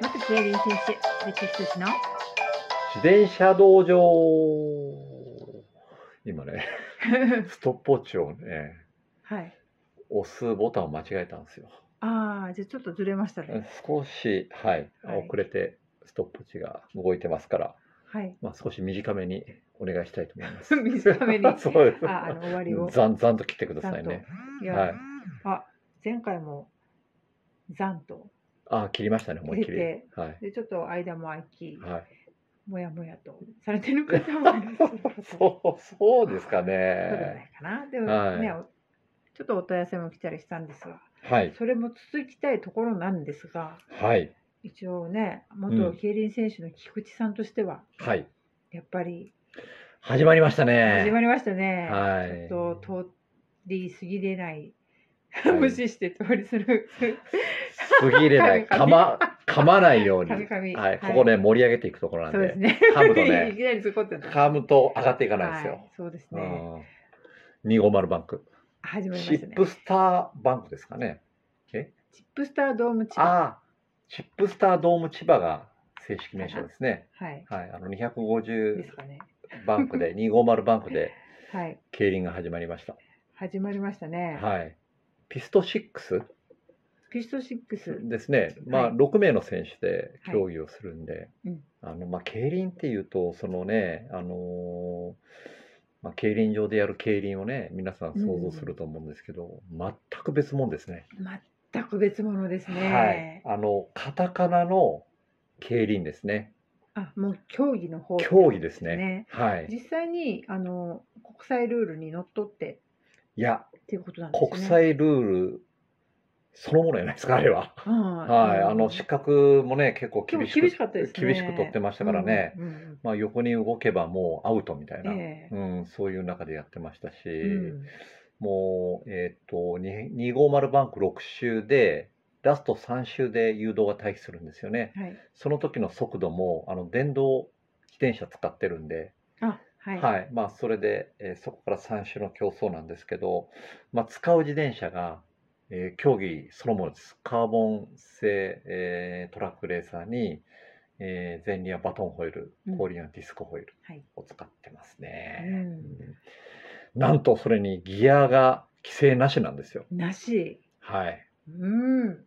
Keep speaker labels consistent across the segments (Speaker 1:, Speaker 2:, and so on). Speaker 1: また競輪選手、鈴木仁の。
Speaker 2: 自転車道場今ね ストップウォッチをね
Speaker 1: はい。
Speaker 2: 押すボタンを間違えたんですよ
Speaker 1: ああ、じゃあちょっとずれましたね。
Speaker 2: 少し、はい
Speaker 1: はい
Speaker 2: 遅れてストップウォッチが動いてますから、
Speaker 1: はい。
Speaker 2: まあ、少し短めにお願いしたいと思います
Speaker 1: 短めに
Speaker 2: そうです
Speaker 1: あ、あの終わりを。
Speaker 2: ざんざんと切ってくださいね
Speaker 1: いや、
Speaker 2: はい
Speaker 1: あ、前回も。残と。
Speaker 2: あ切りましたね思いっき
Speaker 1: 切
Speaker 2: り
Speaker 1: れ
Speaker 2: はい
Speaker 1: で、ちょっと間も空き、
Speaker 2: はい
Speaker 1: もやもやとされてる方もいらっしゃるかと
Speaker 2: そうそうですか
Speaker 1: そうじゃな
Speaker 2: ね
Speaker 1: いかな。でも
Speaker 2: はい
Speaker 1: ね、おちょっとお問い合わせも来たりしたんですが、
Speaker 2: はい
Speaker 1: それも続きたいところなんですが、
Speaker 2: はい
Speaker 1: 一応ね、元競輪選手の菊池さんとしては、
Speaker 2: はい
Speaker 1: やっぱり
Speaker 2: 始まりましたね
Speaker 1: 始まりましたね。
Speaker 2: はい
Speaker 1: ちょっと通り過ぎれない、
Speaker 2: い
Speaker 1: 無視して通りする。
Speaker 2: 過ぎれ ない、
Speaker 1: 噛
Speaker 2: 噛
Speaker 1: み
Speaker 2: ま、噛まないように。
Speaker 1: 噛み噛み
Speaker 2: はい、
Speaker 1: はい
Speaker 2: ここね、盛り上げていくところなん
Speaker 1: そうです
Speaker 2: で。
Speaker 1: ね。
Speaker 2: 噛むと ね
Speaker 1: いきなりそこってなる
Speaker 2: 噛むと上がっていかないです
Speaker 1: は
Speaker 2: よ
Speaker 1: い。そうです
Speaker 2: う
Speaker 1: ね。
Speaker 2: ん250バンク。
Speaker 1: 始まりま
Speaker 2: チ
Speaker 1: したね
Speaker 2: ッ。プスターバンクですかね。
Speaker 1: チップスタードームチーム。
Speaker 2: ああ、チップスタードーム千葉が正式名称ですね。
Speaker 1: はい。
Speaker 2: はい、あの
Speaker 1: で
Speaker 2: 250
Speaker 1: すかね。
Speaker 2: バン クで、250バンクで
Speaker 1: はい。
Speaker 2: 競輪が始まりました。
Speaker 1: 始まりましたね。
Speaker 2: はい。ピスト6
Speaker 1: ピスト6。
Speaker 2: ですね。ま
Speaker 1: は
Speaker 2: あ、
Speaker 1: い
Speaker 2: 6名の選手で競技をするんで。
Speaker 1: うん。
Speaker 2: あのまあ、競輪っていうと、そのね、あのーまあ、競輪場でやる競輪をね、皆さん想像すると思うんですけど、全く別物ですね。
Speaker 1: 全く別物です
Speaker 2: はい
Speaker 1: ね。。
Speaker 2: あの、カタカナの競輪ですね。
Speaker 1: あ、もう競技の方。
Speaker 2: 競技ですね。。はい。
Speaker 1: 実際にあの国際ルールにのっとって
Speaker 2: いや、
Speaker 1: っていうことなんですね。
Speaker 2: 国際ルールそのものじゃないですか、あれは。はい。あの、資格もね、結構
Speaker 1: でも
Speaker 2: 厳しく、
Speaker 1: 厳しかったですね。
Speaker 2: 厳しく取ってましたからね。
Speaker 1: うんうん
Speaker 2: まあ、横に動けばもうアウトみたい
Speaker 1: うん。
Speaker 2: な、
Speaker 1: え
Speaker 2: うん、そういう中でやってましたし、
Speaker 1: えうん
Speaker 2: もう、えっ、と、に250バンク6周で、ラスト3周で誘導が待機するんですよね。
Speaker 1: はい。
Speaker 2: その時の速度も、あの、電動自転車使ってるんで、
Speaker 1: あ、はい。
Speaker 2: はい。まあ、それで、えーそこから3周の競争なんですけど、まあ、使う自転車が、えー競技そのものです。カーボン製、えートラックレーサーに、えー前輪はバトンホイール
Speaker 1: う、ん
Speaker 2: 後輪はディスコホイール
Speaker 1: はい
Speaker 2: を使ってます
Speaker 1: う
Speaker 2: ね。
Speaker 1: ん。
Speaker 2: うんなんとそれにギアが規制なしなんですよ。
Speaker 1: なし。
Speaker 2: はい。
Speaker 1: うん。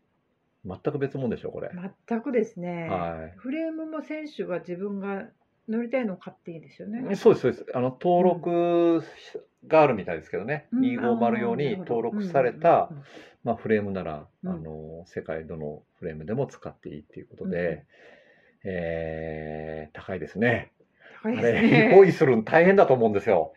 Speaker 2: 全く別物でしょ、これ。
Speaker 1: 全くですね。
Speaker 2: は
Speaker 1: フレームも選手が自分が乗りたいのを買っていいですよね。
Speaker 2: い。そうです、そうです。あの、登録があるみたいですけどね。
Speaker 1: うん
Speaker 2: 250用
Speaker 1: あ
Speaker 2: に
Speaker 1: ーなるほど
Speaker 2: 登録された
Speaker 1: うんうんうんうん
Speaker 2: まあ、フレームなら、
Speaker 1: うん
Speaker 2: あの世界どのフレームでも使っていいっていうことで、えー高いですね。
Speaker 1: 高い
Speaker 2: あ
Speaker 1: です
Speaker 2: れ
Speaker 1: ね。
Speaker 2: 用意するの大変だと思うんですよ。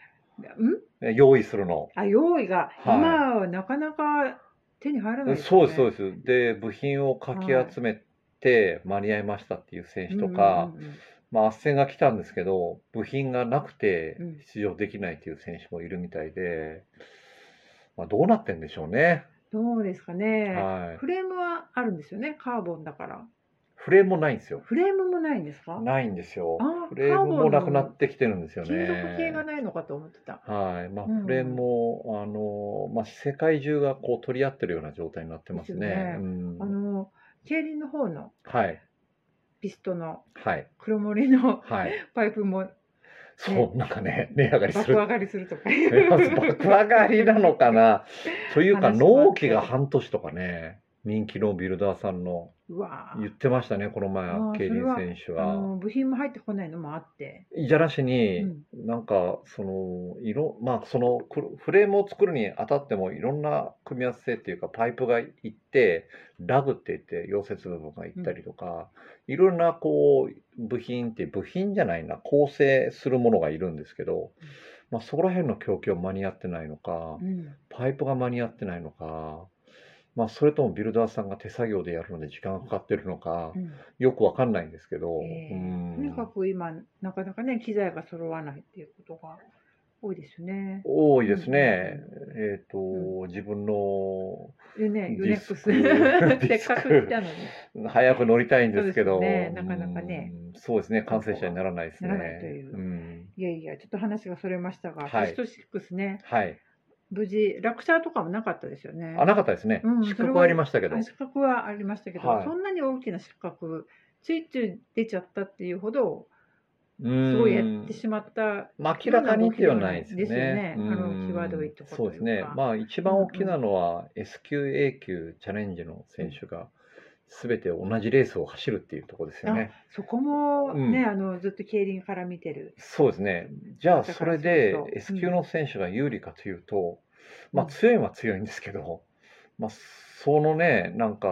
Speaker 1: うん、
Speaker 2: ね用意するの。
Speaker 1: あ用意が、
Speaker 2: はい
Speaker 1: 今はなかなか手に入らない
Speaker 2: そうですそう
Speaker 1: す
Speaker 2: です。で部品をかき集めて間に合いましたっていう選手とか、
Speaker 1: うんうんうん
Speaker 2: まあ斡旋が来たんですけど部品がなくて
Speaker 1: うん
Speaker 2: 出場できないっていう選手もいるみたいで、まあ、どうなってんでしょうね。
Speaker 1: どうですかね、
Speaker 2: はい、
Speaker 1: フレームはあるんですよねカーボンだから
Speaker 2: フレームもないんですよ。
Speaker 1: フレームもないんですか
Speaker 2: ないんですよ
Speaker 1: あ。
Speaker 2: フレームもなくなってきてるんですよね。
Speaker 1: 金属系がないのかと思ってた
Speaker 2: はい、まあ、
Speaker 1: うん
Speaker 2: フレームも、あのまあ、世界中がこう取り合ってるような状態になってますね。
Speaker 1: ですよね
Speaker 2: うん
Speaker 1: あの競輪の方の
Speaker 2: はい、
Speaker 1: ピストの
Speaker 2: はい、
Speaker 1: 黒森の
Speaker 2: はい、
Speaker 1: パイプも
Speaker 2: そう、なんかね、値上がりす
Speaker 1: 爆
Speaker 2: る。
Speaker 1: 上がりするとか
Speaker 2: 爆上がりなの かな。というか、
Speaker 1: 話もあって
Speaker 2: 納期が半年とかね、人気のビルダーさんの
Speaker 1: うわ
Speaker 2: 言ってましたね、この前
Speaker 1: あー、
Speaker 2: 競輪選手
Speaker 1: あ
Speaker 2: は。
Speaker 1: の部品も入ってこないのもあって
Speaker 2: じゃらしに、
Speaker 1: うん
Speaker 2: なんかその色まあそのくるフレームを作るにあたってもいろんな組み合わせっていうかパイプがいってラグって言って溶接部分がいったりとか、いろんなこう部品って部品じゃないな構成するものがいるんですけど、
Speaker 1: うん
Speaker 2: まあ、そこら辺の供給は間に合ってないのか、
Speaker 1: うん
Speaker 2: パイプが間に合ってないのか。まあ、それともビルダーさんが手作業でやるので時間がかかってるのか
Speaker 1: うん
Speaker 2: よくわかんないんですけど、
Speaker 1: ええ
Speaker 2: うん
Speaker 1: とにかく今なかなかね機材が揃わないっていうことが多いですね。
Speaker 2: 多いですね。えっ、と、
Speaker 1: う
Speaker 2: 自分の
Speaker 1: でねユ
Speaker 2: デ
Speaker 1: ネ
Speaker 2: ィ
Speaker 1: ッ
Speaker 2: ス
Speaker 1: ク
Speaker 2: ク
Speaker 1: ス
Speaker 2: デ
Speaker 1: せ
Speaker 2: ィ
Speaker 1: っ
Speaker 2: スク
Speaker 1: かく来たのに
Speaker 2: 早く乗りたいんですけど、
Speaker 1: そうですよねなかなかね
Speaker 2: うんそうですね、感染者にならないですね。
Speaker 1: ならないというんいやいやちょっと話がそれましたが、
Speaker 2: はい
Speaker 1: ファーストシックスね
Speaker 2: はい、
Speaker 1: 無事落車とかもなかったですよね。
Speaker 2: あなかったですね、
Speaker 1: うん
Speaker 2: 失
Speaker 1: それ
Speaker 2: 格
Speaker 1: は
Speaker 2: はありましたけど
Speaker 1: あ失格はありましたけど、
Speaker 2: はい
Speaker 1: そんなに大きな失格ついつい出ちゃったっていうほど
Speaker 2: う
Speaker 1: すごいやっ
Speaker 2: ん
Speaker 1: てしまった
Speaker 2: まあ明らかにっていうのはないですね。
Speaker 1: ですよね
Speaker 2: うん
Speaker 1: あの際どいところというか
Speaker 2: そうですね。まあ一番大きなのは S 級 A 級チャレンジの選手が全て同じレースを走るっていうところですよね。
Speaker 1: そこも
Speaker 2: うん
Speaker 1: ね、あのずっと競輪から見てる
Speaker 2: そうですね。じゃあ
Speaker 1: だ
Speaker 2: そ
Speaker 1: から
Speaker 2: れで
Speaker 1: そうそう
Speaker 2: S 級の選手が有利かというと、
Speaker 1: うん
Speaker 2: まあ強いは強いんですけど、まあそのねなんか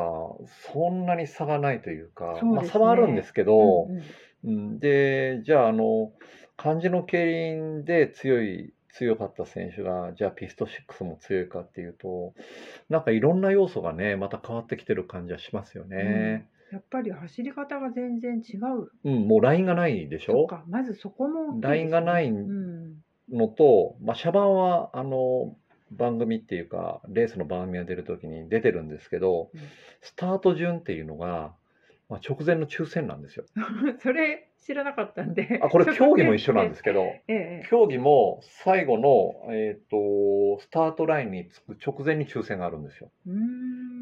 Speaker 2: そんなに差がないというか、
Speaker 1: そう
Speaker 2: まあ
Speaker 1: です
Speaker 2: 差はあ
Speaker 1: ね
Speaker 2: るんですけど。
Speaker 1: うんうん
Speaker 2: うん、で、じゃあ、あの、漢字の競輪で強い、強かった選手が、じゃあピスト6も強いかっていうと、なんかいろんな要素がね、また変わってきてる感じはしますよね。
Speaker 1: やっぱり走り方が全然違う
Speaker 2: うん、もうラインがないでし
Speaker 1: と
Speaker 2: ょ
Speaker 1: かまずそこも、
Speaker 2: ラインがないい
Speaker 1: うん
Speaker 2: のと、まあ、車番は、あの、番組っていうか、レースの番組が出るときに出てるんですけど
Speaker 1: うん、
Speaker 2: スタート順っていうのが、まあ、直前の抽選なんですよ。
Speaker 1: それ知らなかったんで
Speaker 2: あ、これ競技も一緒なんですけど、
Speaker 1: ええええ
Speaker 2: 競技も最後の、えー、とスタートラインにつく直前に抽選があるんですよ。
Speaker 1: う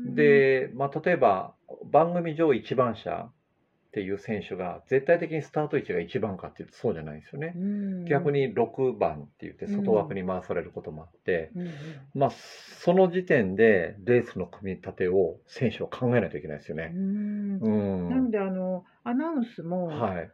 Speaker 1: ーん
Speaker 2: で、まあ、例えば番組上1番車っていう選手が絶対的にスタート位置が1番かっていうとそうじゃないんですよね。
Speaker 1: うん
Speaker 2: 逆、に6番って言って
Speaker 1: うん
Speaker 2: 外枠に回されることもあって、
Speaker 1: うんうん
Speaker 2: まあ、その時点でレースの組み立てを選手は考えないといけないですよ
Speaker 1: う
Speaker 2: ね。
Speaker 1: ん
Speaker 2: うん
Speaker 1: なのであのアナウンスも
Speaker 2: はい、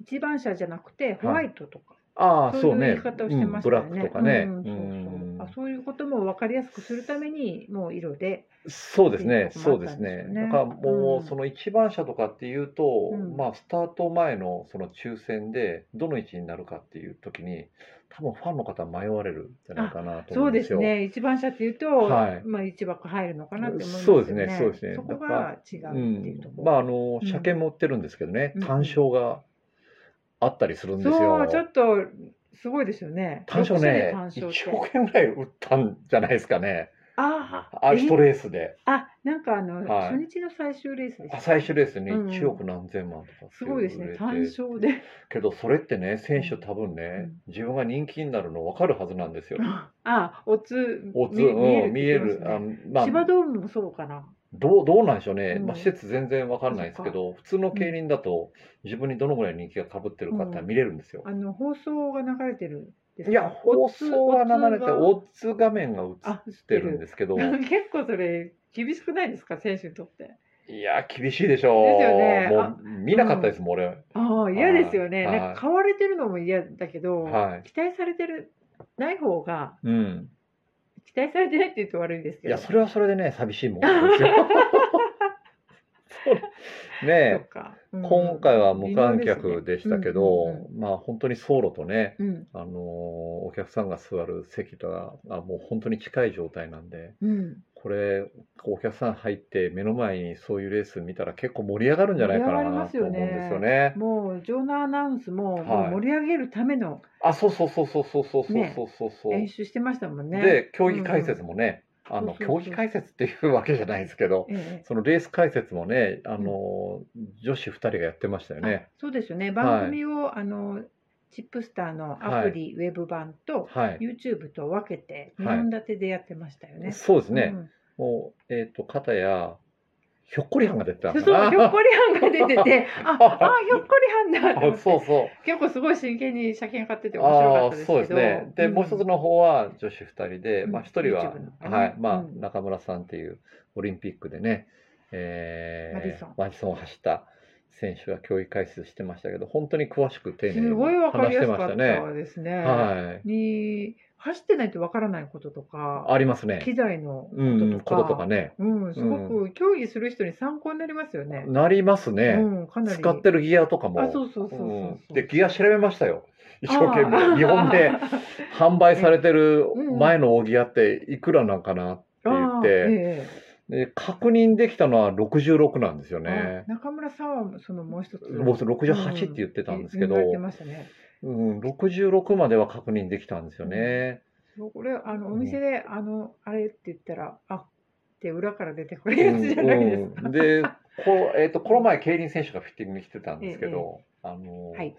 Speaker 1: 一番車じゃなくてホワイトとか、
Speaker 2: ああ
Speaker 1: そ
Speaker 2: そうう
Speaker 1: い
Speaker 2: ね
Speaker 1: う言い方をして
Speaker 2: う
Speaker 1: ま
Speaker 2: ん
Speaker 1: した
Speaker 2: ブ
Speaker 1: よね。
Speaker 2: ラックとかね。
Speaker 1: うんそう
Speaker 2: うん
Speaker 1: そうあそういうことも分かりやすくするためにもう色で。
Speaker 2: そうですね、
Speaker 1: っていうとこ
Speaker 2: そう
Speaker 1: もあ
Speaker 2: で
Speaker 1: った
Speaker 2: す
Speaker 1: んです
Speaker 2: ね
Speaker 1: よね。
Speaker 2: だからも
Speaker 1: うん
Speaker 2: うその一番車とかっていうと、
Speaker 1: うん
Speaker 2: まあスタート前のその抽選でどの位置になるかっていう時に、多分ファンの方は迷われるんじゃないかなと
Speaker 1: そ
Speaker 2: 思う
Speaker 1: うんで
Speaker 2: です
Speaker 1: す
Speaker 2: よ。
Speaker 1: ね。一番車っていうと、
Speaker 2: はい
Speaker 1: まあ一枠入るのかなって思います
Speaker 2: そ
Speaker 1: よ
Speaker 2: うですねそうですね
Speaker 1: そこ
Speaker 2: だから
Speaker 1: が違う
Speaker 2: う
Speaker 1: っていうんところ。
Speaker 2: まああの
Speaker 1: うん
Speaker 2: 車検も売ってるんですけどね、
Speaker 1: うんうん
Speaker 2: 単勝があったりするんです
Speaker 1: そ
Speaker 2: よ
Speaker 1: う。ちょっとすごいですよね。
Speaker 2: 単勝
Speaker 1: 六種類
Speaker 2: ね、
Speaker 1: 単
Speaker 2: 1
Speaker 1: 勝って。
Speaker 2: 億円ぐらい売ったんじゃないですかね、
Speaker 1: ああ
Speaker 2: あ
Speaker 1: え
Speaker 2: 一レースで、
Speaker 1: あなんかあの、
Speaker 2: はい
Speaker 1: 初日の最終レースでした
Speaker 2: あ最終レースに
Speaker 1: うんうん
Speaker 2: 1億何千万とかって
Speaker 1: すごいです
Speaker 2: 売
Speaker 1: ね
Speaker 2: れ。て
Speaker 1: 単勝で。
Speaker 2: けどそれってね選手多分ね、自分が人気になるの分かるはずなんですよ。
Speaker 1: あオッズ
Speaker 2: おつ
Speaker 1: 見える
Speaker 2: うん見える
Speaker 1: って言ってましたね
Speaker 2: あのまあ
Speaker 1: 芝ドームもそうかな。
Speaker 2: どうどうなんでしょうね、
Speaker 1: うん
Speaker 2: まあ、施設全然分かんないですけど普通の競輪だと自分にどのぐらい人気がかぶってるかってのは見れるんですよ。
Speaker 1: あの放送が流れてるんですか
Speaker 2: いや放送は流れて
Speaker 1: お
Speaker 2: オッズ画面が映っ
Speaker 1: あ、知って
Speaker 2: るんですけど
Speaker 1: てる 結構それ厳しくないですか選手にとって。
Speaker 2: いや厳しいでしょう
Speaker 1: ですよね
Speaker 2: もう見なかったですもん、俺。
Speaker 1: ああ嫌ですよね。
Speaker 2: はい
Speaker 1: なんか買われてるのも嫌だけど、
Speaker 2: はい
Speaker 1: 期待されてるない方が
Speaker 2: うん、
Speaker 1: 期待されてないって言うと悪いです
Speaker 2: い
Speaker 1: けど。
Speaker 2: やそれはそれでね寂しいもんな んですよ。そうねえ
Speaker 1: そっかうん
Speaker 2: 今回は無観客でしたけ
Speaker 1: 微
Speaker 2: ど、
Speaker 1: 妙ですね
Speaker 2: まあ本当に走路とね、
Speaker 1: うんうん
Speaker 2: あのーお客さんが座る席とはあもう本当に近い状態なんで、
Speaker 1: うんうん
Speaker 2: これお客さん入って目の前にそういうレース見たら結構盛り上がるんじゃないか
Speaker 1: 盛り上がり
Speaker 2: な
Speaker 1: ます
Speaker 2: と思
Speaker 1: よ
Speaker 2: うん
Speaker 1: ね
Speaker 2: ですよね。
Speaker 1: もう場内アナウンスも,、
Speaker 2: はい
Speaker 1: もう盛り上げるための
Speaker 2: あ、そうそうそうそうそうそうそう
Speaker 1: ね
Speaker 2: そうそうそう。
Speaker 1: 練習してましたもんね。
Speaker 2: で競技解説もね、あの
Speaker 1: そうそうそう
Speaker 2: 競技解説っていうわけじゃないですけど、
Speaker 1: ええ
Speaker 2: そのレース解説もね、あのー女子2人がやってましたよね。
Speaker 1: あそうですよね
Speaker 2: はい
Speaker 1: 番組を、あのチップスターのアプリ、ウェブ版と
Speaker 2: はい。
Speaker 1: YouTube と分けて2
Speaker 2: はい
Speaker 1: 本立てでやってましたよね。
Speaker 2: そうですね。
Speaker 1: うん
Speaker 2: もう、えっ、と、片や、ひょっこりはんが出てた
Speaker 1: そ
Speaker 2: の
Speaker 1: うひょっ
Speaker 2: か
Speaker 1: こり
Speaker 2: な。
Speaker 1: はんが出てて ああひょっこりはんだと思って
Speaker 2: そうそ
Speaker 1: 結構すごい真剣に車検買ってて
Speaker 2: う。
Speaker 1: 面白か
Speaker 2: あ
Speaker 1: ったで
Speaker 2: あ
Speaker 1: すけど
Speaker 2: そうですね。で、もう一つの方は女子2人で、
Speaker 1: うん
Speaker 2: まあ1人は
Speaker 1: YouTube の、かな
Speaker 2: はい、まあ
Speaker 1: う、ん
Speaker 2: 中村さんっていうオリンピックでね、えー
Speaker 1: マディソン
Speaker 2: マディソンを走った選手が競技解説してましたけど、本当に詳しく丁寧
Speaker 1: す
Speaker 2: に
Speaker 1: ごい分か
Speaker 2: 話
Speaker 1: り
Speaker 2: し
Speaker 1: や
Speaker 2: て
Speaker 1: す
Speaker 2: ま
Speaker 1: か
Speaker 2: し
Speaker 1: った
Speaker 2: たね。
Speaker 1: ですね。
Speaker 2: はい。
Speaker 1: に走ってないと分からないこととか
Speaker 2: ありますね。
Speaker 1: 機材のこ
Speaker 2: うんうん、こと
Speaker 1: と
Speaker 2: と
Speaker 1: と
Speaker 2: か
Speaker 1: か。
Speaker 2: ね。
Speaker 1: うん、すごく競技する人に参考になりますよね。
Speaker 2: なりますね。
Speaker 1: うん、かなり
Speaker 2: 使ってるギアとかも。
Speaker 1: あ、そうそうそうそう
Speaker 2: うん
Speaker 1: そう。
Speaker 2: で、ギア調べましたよ。一生懸
Speaker 1: あー
Speaker 2: 命。日本 で販売されてる
Speaker 1: うん
Speaker 2: 前の扇屋っていくらなんかなって言っ
Speaker 1: あー
Speaker 2: て、
Speaker 1: え
Speaker 2: で確認できたのは66なんですよ
Speaker 1: え
Speaker 2: ね
Speaker 1: あ。中村さんはそのもう一つ。
Speaker 2: 僕68って言ってたんですけど、
Speaker 1: 言われてましたね。
Speaker 2: うん、66までは確認できたんですよね。
Speaker 1: これあの
Speaker 2: ん
Speaker 1: お店で、あのあれって言ったらあって裏から出てくる
Speaker 2: う
Speaker 1: や
Speaker 2: ん
Speaker 1: つじゃないですか。
Speaker 2: うんでこ,、えー、とこの前、競輪選手がフィッティングに来てたんですけど、あの
Speaker 1: はい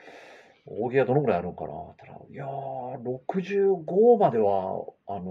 Speaker 2: 扇はどのぐらいあるのかなって言ったら、いやー、65までは、あの、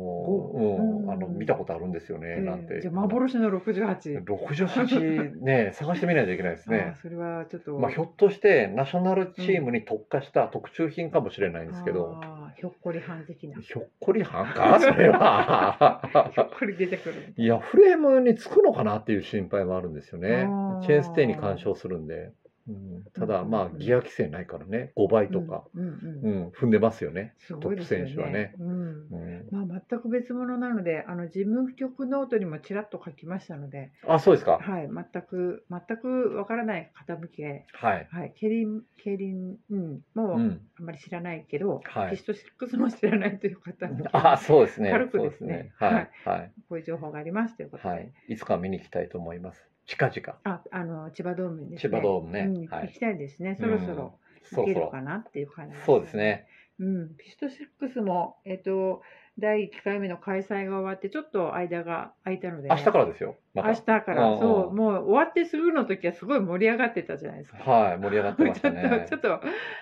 Speaker 2: うん、
Speaker 1: うん
Speaker 2: あの、見たことあるんですよね、
Speaker 1: ええ
Speaker 2: なんて。
Speaker 1: じゃあ幻の68。
Speaker 2: 68ね、 探してみないといけないです
Speaker 1: ああ
Speaker 2: ね。
Speaker 1: それはちょっと。
Speaker 2: まあ、ひょっとして、ナショナルチームに特化した特注品かもしれないんですけど、
Speaker 1: ああひょっこり半的な。ひ
Speaker 2: ひょっこりはんか それは。
Speaker 1: ょっこり出てくる。
Speaker 2: いや、フレームにつくのかなっていう心配もあるんですよね
Speaker 1: あ。ー
Speaker 2: チェーンステイに干渉するんで。うん、ただ、
Speaker 1: うん
Speaker 2: まあ、ギア規制ないからね、5倍とか、
Speaker 1: うん
Speaker 2: う
Speaker 1: うん
Speaker 2: ん、踏んでますよね。
Speaker 1: すごいですよ
Speaker 2: トップ選手はね
Speaker 1: ね。うん。
Speaker 2: うん、
Speaker 1: まあ全く別物なので、あの事務局ノートにもちらっと書きましたので、
Speaker 2: あ、そうですか。
Speaker 1: はい、全く全くわからない傾きで、
Speaker 2: はい。
Speaker 1: はい、競輪競輪、うん、も
Speaker 2: う。
Speaker 1: うんあんまり知らないけど、
Speaker 2: はい
Speaker 1: ピストシックスも知らないという方に、
Speaker 2: あ、そうですね。
Speaker 1: 軽く
Speaker 2: そう
Speaker 1: ですね
Speaker 2: はい。はい。
Speaker 1: こういう情報がありますということで、
Speaker 2: はい。いつか見に行きたいと思います。近々。
Speaker 1: ああの千葉ドームにです
Speaker 2: 千
Speaker 1: ね、
Speaker 2: 葉ドームね
Speaker 1: うん
Speaker 2: はい
Speaker 1: 行きたいですね、そろそろ
Speaker 2: うん。そ
Speaker 1: 行
Speaker 2: ろ
Speaker 1: ける
Speaker 2: そろ
Speaker 1: か。なっていう感じ
Speaker 2: そうですね。
Speaker 1: うん、ピストシックスも、えっと、第1回目の開催が終わって、ちょっと間が空いたので、
Speaker 2: 明日からですよ。また
Speaker 1: 明日から、
Speaker 2: うんうん
Speaker 1: そう、もう終わってすぐの時はすごい盛り上がってたじゃないですか。
Speaker 2: はい。盛り上がってまし
Speaker 1: ちょ
Speaker 2: た
Speaker 1: っと、
Speaker 2: ね
Speaker 1: ちょ。っと、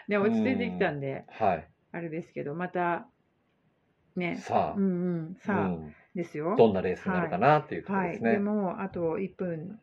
Speaker 1: ね、落ち着いてきたんで、
Speaker 2: は
Speaker 1: あれですけど、また、
Speaker 2: い。
Speaker 1: ね、
Speaker 2: さ
Speaker 1: うん
Speaker 2: あ、
Speaker 1: うん、
Speaker 2: う
Speaker 1: さあ、
Speaker 2: ん
Speaker 1: ですよ。
Speaker 2: どんなレースになるかなっていうところ
Speaker 1: は
Speaker 2: で
Speaker 1: い、
Speaker 2: す
Speaker 1: で
Speaker 2: ね。
Speaker 1: も、あと1分、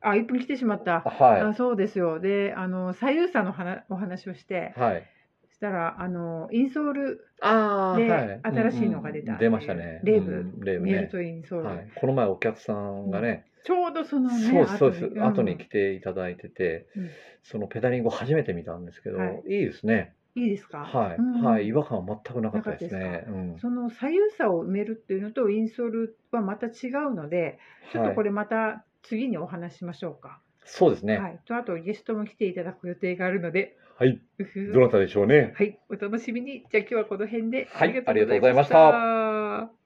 Speaker 1: あ、1分来てしまった。
Speaker 2: は
Speaker 1: あそうですよ。で、あの、左右差の話お話をして
Speaker 2: い。、はい。
Speaker 1: したら、あの、インソール、
Speaker 2: ああ、
Speaker 1: で
Speaker 2: はい、
Speaker 1: 新しいのが出た
Speaker 2: うんうん出ましたね。
Speaker 1: レーブ
Speaker 2: うんレーブ
Speaker 1: メール
Speaker 2: ね。
Speaker 1: とインソール、
Speaker 2: はい、この前お客さんがね、
Speaker 1: ちょうどそのね、
Speaker 2: そうですそうです、
Speaker 1: うん
Speaker 2: 後に来ていただいてて、
Speaker 1: うん
Speaker 2: そのペダリングを初めて見たんですけど、
Speaker 1: はい
Speaker 2: い、いですね。
Speaker 1: いいですか。
Speaker 2: はい、
Speaker 1: うん
Speaker 2: はい、違和感は全くなかったです
Speaker 1: なかっ
Speaker 2: ね。うん、
Speaker 1: その左右差を埋めるっていうのとインソールはまた違うので、ちょっとこ
Speaker 2: はい、
Speaker 1: れまた次にお話ししましょうか。
Speaker 2: そうです
Speaker 1: は
Speaker 2: ね。
Speaker 1: い。とあとゲストも来ていただく予定があるので、
Speaker 2: はい、
Speaker 1: うふ
Speaker 2: どなたでしょうね。
Speaker 1: はい、お楽しみに。じゃあ今日はこの辺で、
Speaker 2: はい
Speaker 1: ありがとうございました。